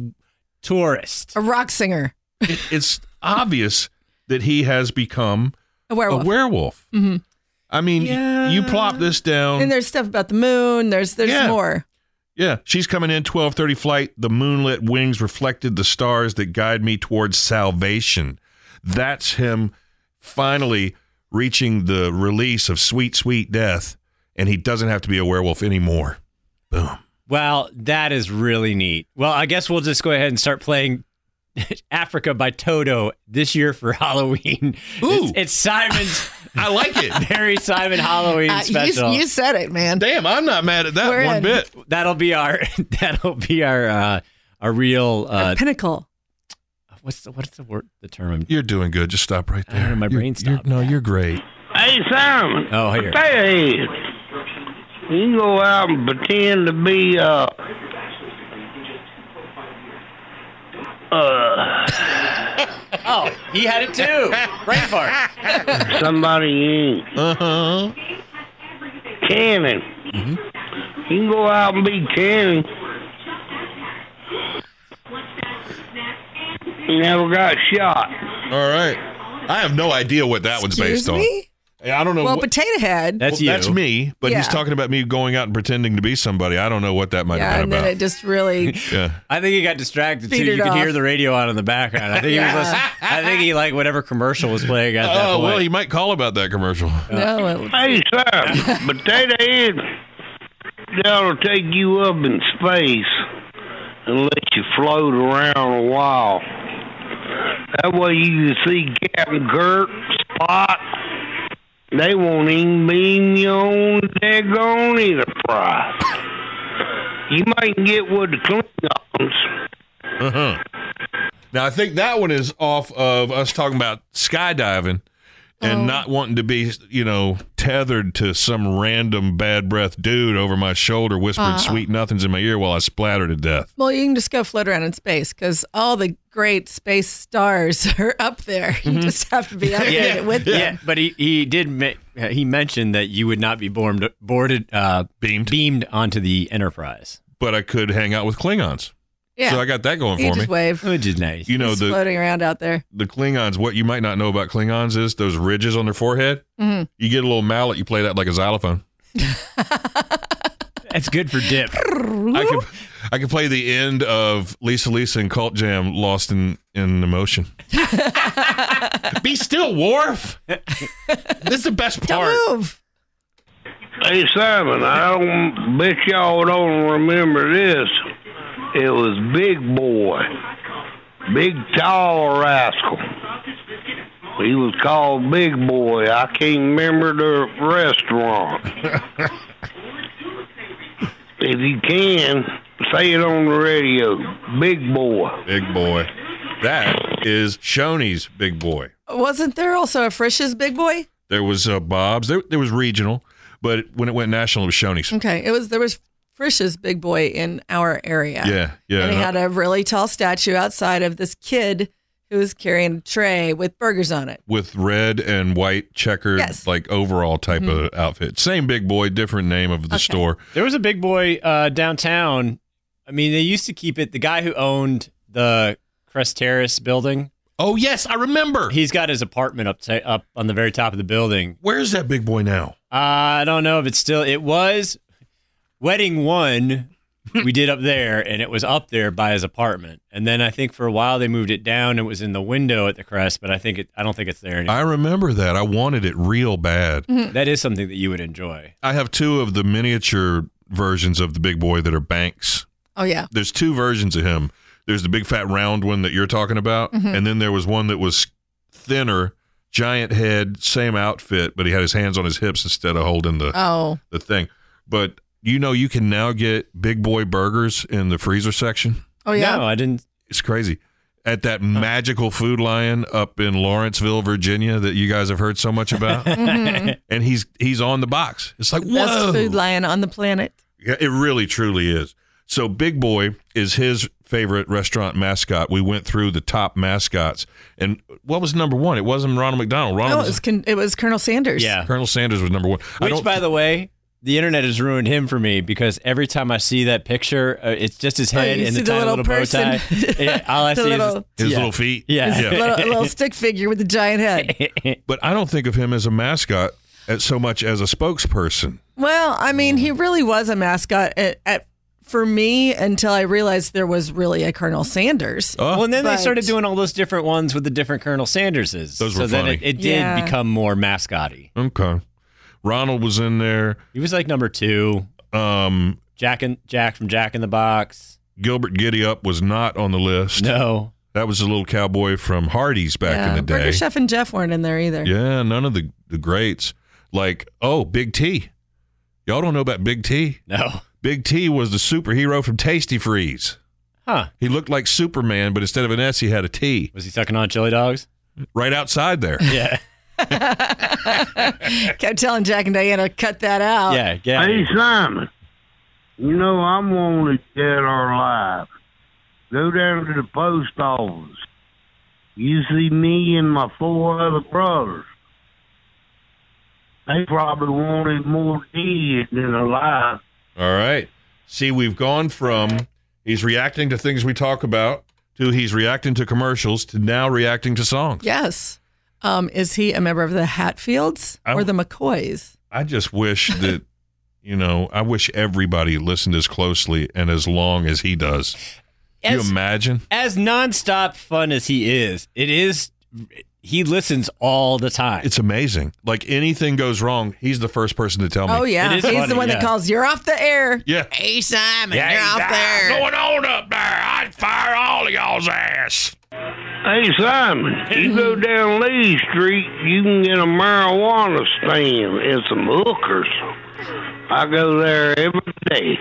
Speaker 4: tourist.
Speaker 5: a rock singer.
Speaker 3: it's obvious that he has become
Speaker 5: A werewolf.
Speaker 3: a werewolf.
Speaker 5: Mhm.
Speaker 3: I mean, y- you plop this down.
Speaker 5: and there's stuff about the moon. There's there's
Speaker 3: Um, Yeah.
Speaker 5: more.
Speaker 3: Yeah, she's coming in 12:30 flight. The moonlit wings reflected the stars that guide me towards salvation. That's him finally reaching the release of sweet sweet death and he doesn't have to be a werewolf anymore. Boom.
Speaker 4: Well, that is really neat. Well, I guess we'll just go ahead and start playing Africa by Toto this year for Halloween.
Speaker 3: Ooh.
Speaker 4: It's, it's Simon's
Speaker 3: I like it.
Speaker 4: Harry Simon Halloween
Speaker 5: Uh,
Speaker 4: special.
Speaker 5: you, you said it, man.
Speaker 3: Damn, I'm not mad at that
Speaker 5: We're
Speaker 3: one
Speaker 5: in.
Speaker 3: bit.
Speaker 4: that'll be our that'll be our uh, our real
Speaker 5: A
Speaker 4: uh,
Speaker 5: pinnacle.
Speaker 4: what's the what's the word the term I'm
Speaker 3: You're doing good. Just stop right
Speaker 4: I don't
Speaker 3: there.
Speaker 4: know, my
Speaker 3: You're-
Speaker 4: brain
Speaker 3: you're-
Speaker 4: stopped.
Speaker 3: No, you're great.
Speaker 7: Hey, Simon.
Speaker 4: Oh, here.
Speaker 7: Hey, you can go out and pretend to be uh uh
Speaker 4: Oh, he had it too. Brain fart.
Speaker 7: Somebody is.
Speaker 3: Uh huh.
Speaker 7: Cannon. You can go out and be Cannon. Never got shot.
Speaker 3: All right. I have no idea what that one's
Speaker 5: Excuse
Speaker 3: based
Speaker 5: me?
Speaker 3: on. Oh, I don't know.
Speaker 5: Well,
Speaker 3: what-
Speaker 5: potato head.
Speaker 4: That's
Speaker 3: Well,
Speaker 4: you.
Speaker 3: That's me. But he's
Speaker 5: Yeah.
Speaker 3: talking about me going out and pretending to be somebody. I don't know what that might
Speaker 5: yeah,
Speaker 3: have
Speaker 5: and
Speaker 3: been
Speaker 5: then
Speaker 3: about.
Speaker 5: it just really.
Speaker 3: yeah.
Speaker 4: I think he got distracted too.
Speaker 5: Feed it
Speaker 4: You could hear
Speaker 5: off.
Speaker 4: the radio on in the background. I think he was.
Speaker 5: Yeah.
Speaker 4: Listening. I think he liked whatever commercial was playing at that
Speaker 3: Oh
Speaker 4: point.
Speaker 3: well, he might call about that commercial.
Speaker 5: no, it,
Speaker 7: Hey, sir, potato head, that'll take you up in space and let you float around a while. That way you can see Captain Kirk, Spot. They won't even be in your own daggone enterprise. You might get with the Klingons.
Speaker 3: Uh-huh. Now I think that one is off of us talking about skydiving
Speaker 5: Oh.
Speaker 3: and not wanting to be, you know, tethered to some random bad breath dude over my shoulder whispering
Speaker 5: Uh.
Speaker 3: sweet nothings in my ear while I splatter to death.
Speaker 5: well, you can just go float around in space because all the great space stars are up there.
Speaker 3: Mm-hmm.
Speaker 5: You just have to be up there with
Speaker 4: yeah.
Speaker 5: them.
Speaker 4: But he he did me- he mentioned that you would not be boarded boarded uh,
Speaker 3: Beamed.
Speaker 4: beamed onto the Enterprise,
Speaker 3: But I could hang out with Klingons.
Speaker 5: Yeah,
Speaker 3: So I got that going
Speaker 5: you
Speaker 3: for me.
Speaker 5: just wave.
Speaker 4: which is nice.
Speaker 3: You know
Speaker 5: Just
Speaker 3: the
Speaker 5: floating around out there.
Speaker 3: the Klingons. What you might not know about Klingons is those ridges on their forehead.
Speaker 5: Mhm.
Speaker 3: You get a little mallet. You play that like a xylophone.
Speaker 4: That's good for dip.
Speaker 3: I can I can play the end of Lisa Lisa and Cult Jam Lost in in Emotion. Be still, Worf. this is the best part.
Speaker 5: Don't move.
Speaker 7: Hey, Simon, I don't bet y'all don't remember this. It was Big Boy, big tall rascal. He was called Big Boy. I can't remember the restaurant. if you can, say it on the radio. Big Boy.
Speaker 3: Big boy. That is Shoney's big boy.
Speaker 5: Wasn't there also a Frisch's big boy?
Speaker 3: There was uh, Bob's. There, there was regional, but when it went national, it was Shoney's.
Speaker 5: Okay, it was there was Frisch's big boy in our area.
Speaker 3: Yeah, yeah.
Speaker 5: and he had a really tall statue outside of this kid who was carrying a tray with burgers on it.
Speaker 3: with red and white checkered
Speaker 5: Yes. Mm-hmm.
Speaker 3: like overall type of outfit. Same big boy, different name of the store.
Speaker 4: There was a big boy uh, downtown. I mean, they used to keep it. The guy who owned the Crest Terrace building,
Speaker 3: Oh yes, I remember.
Speaker 4: he's got his apartment up ta up on the very top of the building.
Speaker 3: Where's that big boy now?
Speaker 4: Uh, I don't know if it's still. It was wedding one we did up there, and it was up there by his apartment. And then I think for a while they moved it down. It was in the window at the Crest, but I think it. I don't think it's there anymore.
Speaker 3: I remember that. I wanted it real bad.
Speaker 5: Mm-hmm.
Speaker 4: that is something that you would enjoy.
Speaker 3: I have two of the miniature versions of the big boy that are Banks.
Speaker 5: Oh yeah,
Speaker 3: There's two versions of him. There's the big fat round one that you're talking about, and then there was one that was thinner, giant head, same outfit, but he had his hands on his hips instead of holding the
Speaker 5: oh
Speaker 3: the thing. But you know, you can now get big boy burgers in the freezer section.
Speaker 5: oh yeah.
Speaker 4: No, I didn't.
Speaker 3: It's crazy. At that magical food lion up in Lawrenceville, Virginia, that you guys have heard so much about, and he's he's on the box. It's like
Speaker 5: Best
Speaker 3: whoa,
Speaker 5: food lion on the planet.
Speaker 3: yeah, it really truly is. So Big Boy is his favorite restaurant mascot. We went through the top mascots, and what was number one? It wasn't Ronald McDonald. Ronald
Speaker 5: Oh, it
Speaker 3: was,
Speaker 5: was con- it was Colonel Sanders.
Speaker 4: Yeah.
Speaker 3: Colonel Sanders was number one. I
Speaker 4: Which,
Speaker 3: don't,
Speaker 4: by the way, the internet has ruined him for me because every time I see that picture, uh, it's just his
Speaker 5: Oh,
Speaker 4: head
Speaker 5: you
Speaker 4: and
Speaker 5: see
Speaker 4: the
Speaker 5: the
Speaker 4: tiny
Speaker 5: little
Speaker 4: little, bow tie.
Speaker 5: person.
Speaker 4: Yeah, all I
Speaker 5: The
Speaker 4: see
Speaker 5: little-
Speaker 4: is
Speaker 3: his
Speaker 4: yeah.
Speaker 3: little feet.
Speaker 4: Yeah. uh,
Speaker 3: yeah.
Speaker 5: little, little stick figure with a giant head.
Speaker 3: But I don't think of him as a mascot as so much as a spokesperson.
Speaker 5: Well, I mean, he really was a mascot at, at, for me until I realized there was really a Colonel Sanders.
Speaker 3: Oh,
Speaker 4: Well, and then they
Speaker 5: But-
Speaker 4: started doing all those different ones with the different Colonel Sanderses.
Speaker 3: Those
Speaker 4: so
Speaker 3: were
Speaker 4: then it,
Speaker 3: funny.
Speaker 4: it did
Speaker 5: Yeah.
Speaker 4: become more mascotty.
Speaker 3: Okay. Ronald was in there.
Speaker 4: He was like number two.
Speaker 3: Um,
Speaker 4: Jack and Jack from Jack in the Box.
Speaker 3: Gilbert Giddy Up was not on the list.
Speaker 4: No.
Speaker 3: That was a little cowboy from Hardy's back
Speaker 5: Yeah,
Speaker 3: in the day.
Speaker 5: Burger Chef and Jeff weren't in there either.
Speaker 3: Yeah, none of the, the greats. Like, oh, Big T. Y'all don't know about Big T.
Speaker 4: No.
Speaker 3: Big T was the superhero from Tasty Freeze.
Speaker 4: Huh.
Speaker 3: He looked like Superman, but instead of an S, he had a T
Speaker 4: Was he sucking on chili dogs?
Speaker 3: right outside there.
Speaker 4: Yeah.
Speaker 5: Kept telling Jack and Diana, cut that out.
Speaker 4: yeah. Yeah.
Speaker 7: Hey, Simon, you know, I'm wanted dead or alive. Go down to the post office. You see me and my four other brothers. They probably wanted more dead than alive.
Speaker 3: All right. See, we've gone from he's reacting to things we talk about to he's reacting to commercials to now reacting to songs.
Speaker 5: Yes. Um, is he a member of the Hatfields
Speaker 3: I-
Speaker 5: or the McCoys?
Speaker 3: I just wish that, you know, I wish everybody listened as closely and as long as he does. you
Speaker 4: As-
Speaker 3: imagine?
Speaker 4: As nonstop fun as he is, it is. He listens all the time.
Speaker 3: It's amazing. Like anything goes wrong, he's the first person to tell me.
Speaker 5: oh yeah, he's the one that calls. You're off the air.
Speaker 3: Yeah.
Speaker 5: Hey Simon,
Speaker 3: Yeah,
Speaker 5: you're
Speaker 3: he's
Speaker 5: off
Speaker 3: out.
Speaker 5: there.
Speaker 3: Going on up there? I'd fire all of y'all's ass.
Speaker 7: Hey Simon, you go down Lee Street, you can get a marijuana stand and some hookers. I go there every day.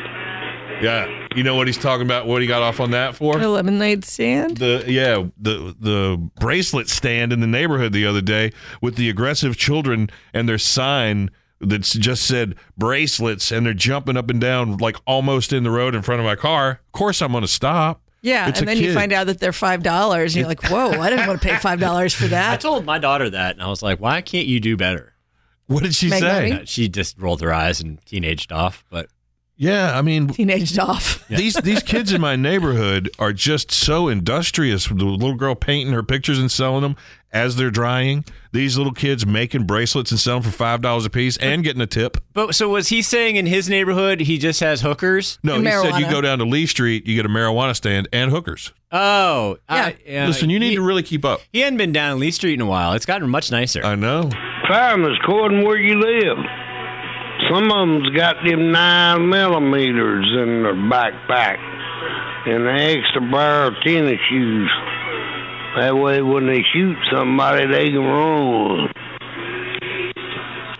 Speaker 3: Yeah. You know what he's talking about? What he got off on that for?
Speaker 5: A lemonade stand.
Speaker 3: the yeah the the bracelet stand in the neighborhood the other day with the aggressive children and their sign that's just said bracelets and they're jumping up and down like almost in the road in front of my car. Of course I'm going to stop.
Speaker 5: Yeah,
Speaker 3: It's a
Speaker 5: and then you
Speaker 3: kid.
Speaker 5: find out that they're five dollars, and you're like, "Whoa, I didn't want to pay five dollars for
Speaker 4: I
Speaker 5: that."
Speaker 4: told my daughter that, and I was like, "Why can't you do better?" Uh,
Speaker 3: What did she
Speaker 5: Meg
Speaker 3: say?
Speaker 5: Loving?
Speaker 4: She just rolled her eyes and teenaged off. But
Speaker 3: Yeah, I mean
Speaker 5: Teenaged off.
Speaker 3: these these kids in my neighborhood are just so industrious. The little girl painting her pictures and selling them as they're drying. These little kids making bracelets and selling for five dollars a piece and getting a tip.
Speaker 4: but so was he saying in his neighborhood he just has hookers?
Speaker 3: No,
Speaker 5: And
Speaker 3: he said you
Speaker 5: marijuana.
Speaker 3: go down to Lee Street, you get a marijuana stand and hookers.
Speaker 4: Oh, I- uh,
Speaker 3: Listen, you need
Speaker 4: he,
Speaker 3: to really keep up.
Speaker 4: He hadn't been down Lee Street in a while. It's gotten much nicer.
Speaker 3: I know.
Speaker 7: Simon, it's according where you live. Some of them's got them nine millimeters in their backpack and an extra pair of tennis shoes. That way, when they shoot somebody, they can run.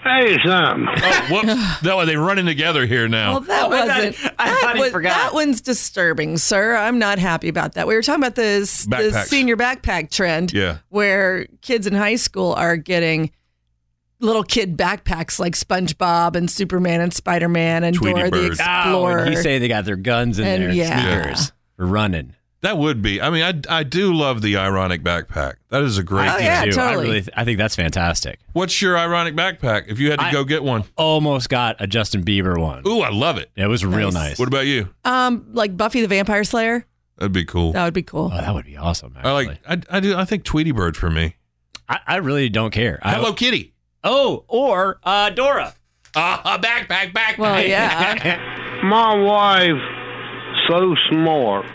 Speaker 7: Hey, Simon.
Speaker 3: Oh, whoops. no, they're running together here now.
Speaker 5: Well, that
Speaker 4: Oh, I thought-
Speaker 5: wasn't.
Speaker 4: I
Speaker 5: that
Speaker 4: thought he
Speaker 5: was-
Speaker 4: forgot.
Speaker 5: That one's disturbing, sir. I'm not happy about that. We were talking about this the
Speaker 3: Backpacks.
Speaker 5: senior backpack trend,
Speaker 3: Yeah.
Speaker 5: where kids in high school are getting little kid backpacks like SpongeBob and Superman and Spider Man and
Speaker 3: Tweety
Speaker 5: Dora the
Speaker 3: Bird.
Speaker 4: Oh,
Speaker 5: Explorer.
Speaker 4: and he's saying they got their guns in
Speaker 5: And
Speaker 4: there,
Speaker 5: yeah.
Speaker 4: sneakers, running.
Speaker 3: That would be. I mean, I, I do love the ironic backpack. That is a great.
Speaker 5: Oh,
Speaker 4: Me
Speaker 5: yeah,
Speaker 4: too. I
Speaker 5: totally.
Speaker 4: really, th- I think that's fantastic.
Speaker 3: What's your ironic backpack? If you had to
Speaker 4: I-
Speaker 3: go get one.
Speaker 4: Almost got a Justin Bieber one.
Speaker 3: Ooh, I love it.
Speaker 4: It was real
Speaker 5: Nice.
Speaker 4: nice.
Speaker 3: What about you?
Speaker 5: um, like Buffy the Vampire Slayer.
Speaker 3: That'd be cool.
Speaker 5: That would be cool.
Speaker 3: Uh,
Speaker 4: Oh, that would be awesome. Actually.
Speaker 3: I like. I, I do. I think Tweety Bird for me.
Speaker 4: I, I really don't care. I-
Speaker 3: Hello Kitty.
Speaker 4: oh, or uh, Dora.
Speaker 3: Ah, a backpack, backpack.
Speaker 5: Well, yeah.
Speaker 7: My wife, so smart,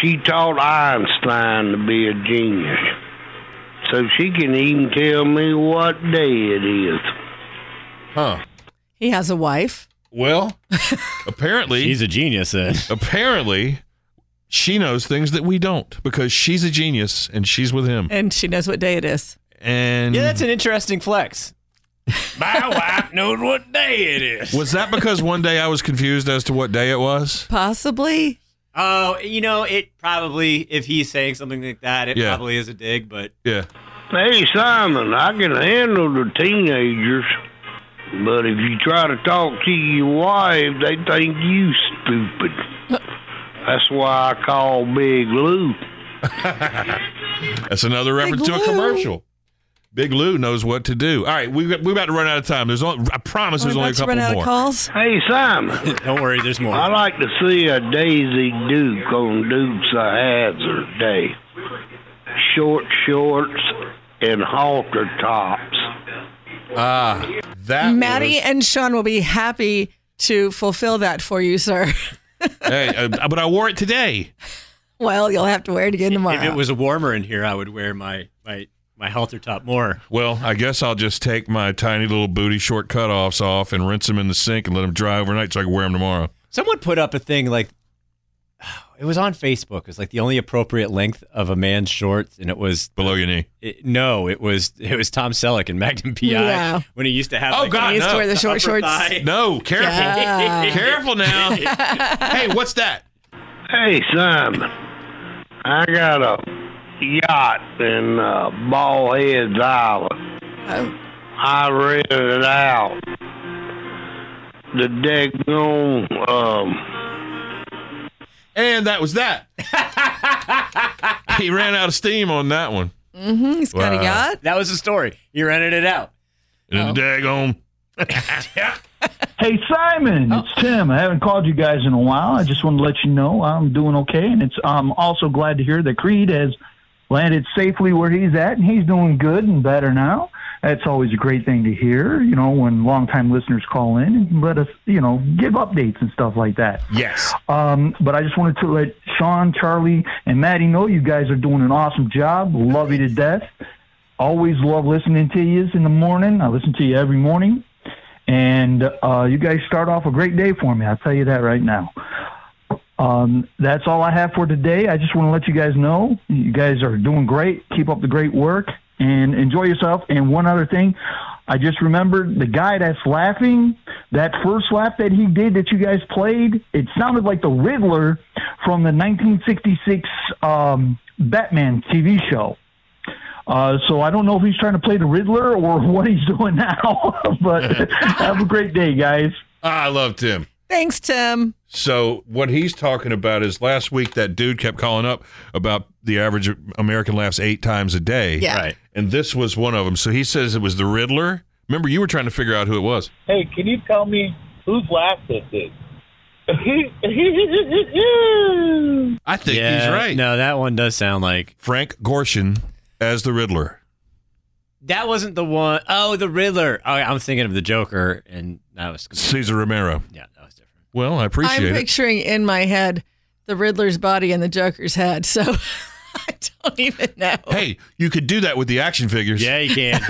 Speaker 7: she taught Einstein to be a genius. So she can even tell me what day it is.
Speaker 3: Huh.
Speaker 5: He has a wife.
Speaker 3: Well, apparently
Speaker 4: He's a genius uh. then.
Speaker 3: apparently she knows things that we don't because she's a genius and she's with him.
Speaker 5: And she knows what day it is.
Speaker 3: And
Speaker 4: Yeah, that's an interesting flex. My wife knows what day it is.
Speaker 3: Was that because one day I was confused as to what day it was?
Speaker 5: Possibly.
Speaker 4: Oh, you know, it probably, if he's saying something like that, it
Speaker 3: Yeah.
Speaker 4: probably is a dig, but
Speaker 3: Yeah.
Speaker 7: Hey, Simon, I can handle the teenagers, but if you try to talk to your wife, they think you stupid. That's why I call Big Lou.
Speaker 3: That's another reference to a
Speaker 5: Lou.
Speaker 3: commercial. Big Lou knows what to do. All right, we got, we're about to run out of time. There's only, I promise
Speaker 5: We're
Speaker 3: there's only a
Speaker 5: about to
Speaker 3: couple
Speaker 5: run out
Speaker 3: more.
Speaker 5: of calls.
Speaker 7: Hey, Simon.
Speaker 4: don't worry, there's more.
Speaker 7: I like to see a Daisy Duke on Dukes of Hazzard Day. Short shorts and halter tops.
Speaker 3: Ah, that
Speaker 5: Maddie
Speaker 3: was-
Speaker 5: and Sean will be happy to fulfill that for you, sir.
Speaker 3: hey, uh, but I wore it today.
Speaker 5: Well, you'll have to wear it again tomorrow.
Speaker 4: If it was warmer in here, I would wear my my my halter top more.
Speaker 3: Well, I guess I'll just take my tiny little booty short cutoffs off and rinse them in the sink and let them dry overnight so I can wear them tomorrow.
Speaker 4: Someone put up a thing like it was on Facebook. It was like the only appropriate length of a man's shorts, and it was
Speaker 3: Below your knee.
Speaker 4: it, no, it was it was Tom Selleck and Magnum PI
Speaker 5: Wow.
Speaker 4: when he used to have.
Speaker 3: Oh,
Speaker 4: like,
Speaker 3: God,
Speaker 5: He used to
Speaker 3: no.
Speaker 5: wear the
Speaker 4: the
Speaker 5: short
Speaker 4: upper
Speaker 5: shorts.
Speaker 4: thigh.
Speaker 3: No, careful.
Speaker 5: Yeah.
Speaker 3: Careful now. hey, what's that?
Speaker 7: Hey, Simon. I got a yacht in uh, Ball Heads Island.
Speaker 5: Oh,
Speaker 7: I rented it out. The daggone um,
Speaker 3: And that was that. he ran out of steam on that one.
Speaker 5: Mm-hmm. He's got
Speaker 3: Wow.
Speaker 5: a yacht.
Speaker 4: That was the story. He rented it out.
Speaker 3: And daggone.
Speaker 11: Hey Simon, it's Tim. I haven't called you guys in a while. I just want to let you know I'm doing okay, and it's I'm also glad to hear that Creed has landed safely where he's at, and he's doing good and better now. That's always a great thing to hear, you know, when longtime listeners call in and let us, you know, give updates and stuff like that.
Speaker 3: Yes.
Speaker 11: Um, but I just wanted to let Sean, Charlie, and Maddie know you guys are doing an awesome job. Love you to death. Always love listening to you in the morning. I listen to you every morning. And uh, you guys start off a great day for me. I'll tell you that right now. Um, that's all I have for today. I just want to let you guys know you guys are doing great. Keep up the great work and enjoy yourself. And one other thing, I just remembered the guy that's laughing, that first laugh that he did that you guys played, it sounded like the Riddler from the 1966 um, Batman TV show. Uh, so I don't know if he's trying to play the Riddler or what he's doing now, but have a great day, guys.
Speaker 3: I love Tim.
Speaker 5: Thanks, Tim.
Speaker 3: So what he's talking about is last week that dude kept calling up about the average American laughs eight times a day.
Speaker 5: Yeah. Right.
Speaker 3: And this was one of them. So he says it was the Riddler. Remember, you were trying to figure out who it was.
Speaker 10: Hey, can you tell me whose laugh this is?
Speaker 3: I think
Speaker 4: Yeah,
Speaker 3: he's right.
Speaker 4: No, that one does sound like
Speaker 3: Frank Gorshin as the Riddler.
Speaker 4: that wasn't the one oh the Riddler. Oh, I'm thinking of the Joker, and that was
Speaker 3: Caesar Romero.
Speaker 4: Yeah, that was different.
Speaker 3: Well, I appreciate
Speaker 5: I'm
Speaker 3: it.
Speaker 5: picturing in my head the Riddler's body and the Joker's head. So I don't even know.
Speaker 3: Hey, you could do that with the action figures.
Speaker 4: Yeah, you can.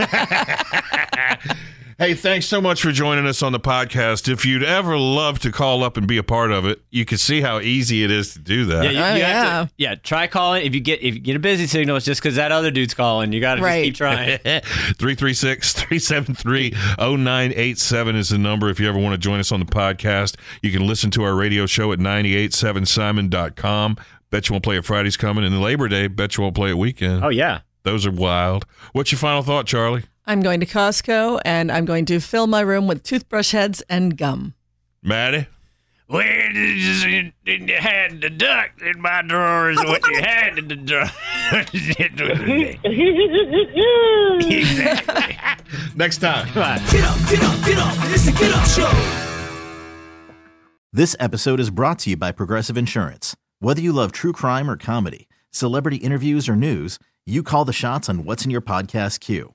Speaker 3: Hey, thanks so much for joining us on the podcast. If you'd ever love to call up and be a part of it, you can see how easy it is to do that.
Speaker 4: Yeah, you,
Speaker 5: Oh,
Speaker 4: you
Speaker 5: yeah.
Speaker 4: Have to, yeah. Try calling if you get if you get a busy signal. It's just because that other dude's calling. You got to just
Speaker 5: Right.
Speaker 4: keep trying.
Speaker 3: 336 373 0987 is the number if you ever want to join us on the podcast. You can listen to our radio show at 987simon.com. Bet you won't play it Friday's coming, and Labor Day, bet you won't play it weekend.
Speaker 4: Oh yeah.
Speaker 3: Those are wild. What's your final thought, Charlie?
Speaker 5: I'm going to Costco and I'm going to fill my room with toothbrush heads and gum.
Speaker 3: Maddie?
Speaker 4: Where did you, did you had the duck in my drawer is what you had in the drawer.
Speaker 3: Next time.
Speaker 2: Get up, get up, get up. It's a get up show.
Speaker 1: This episode is brought to you by Progressive Insurance. Whether you love true crime or comedy, celebrity interviews or news, you call the shots on what's in your podcast queue.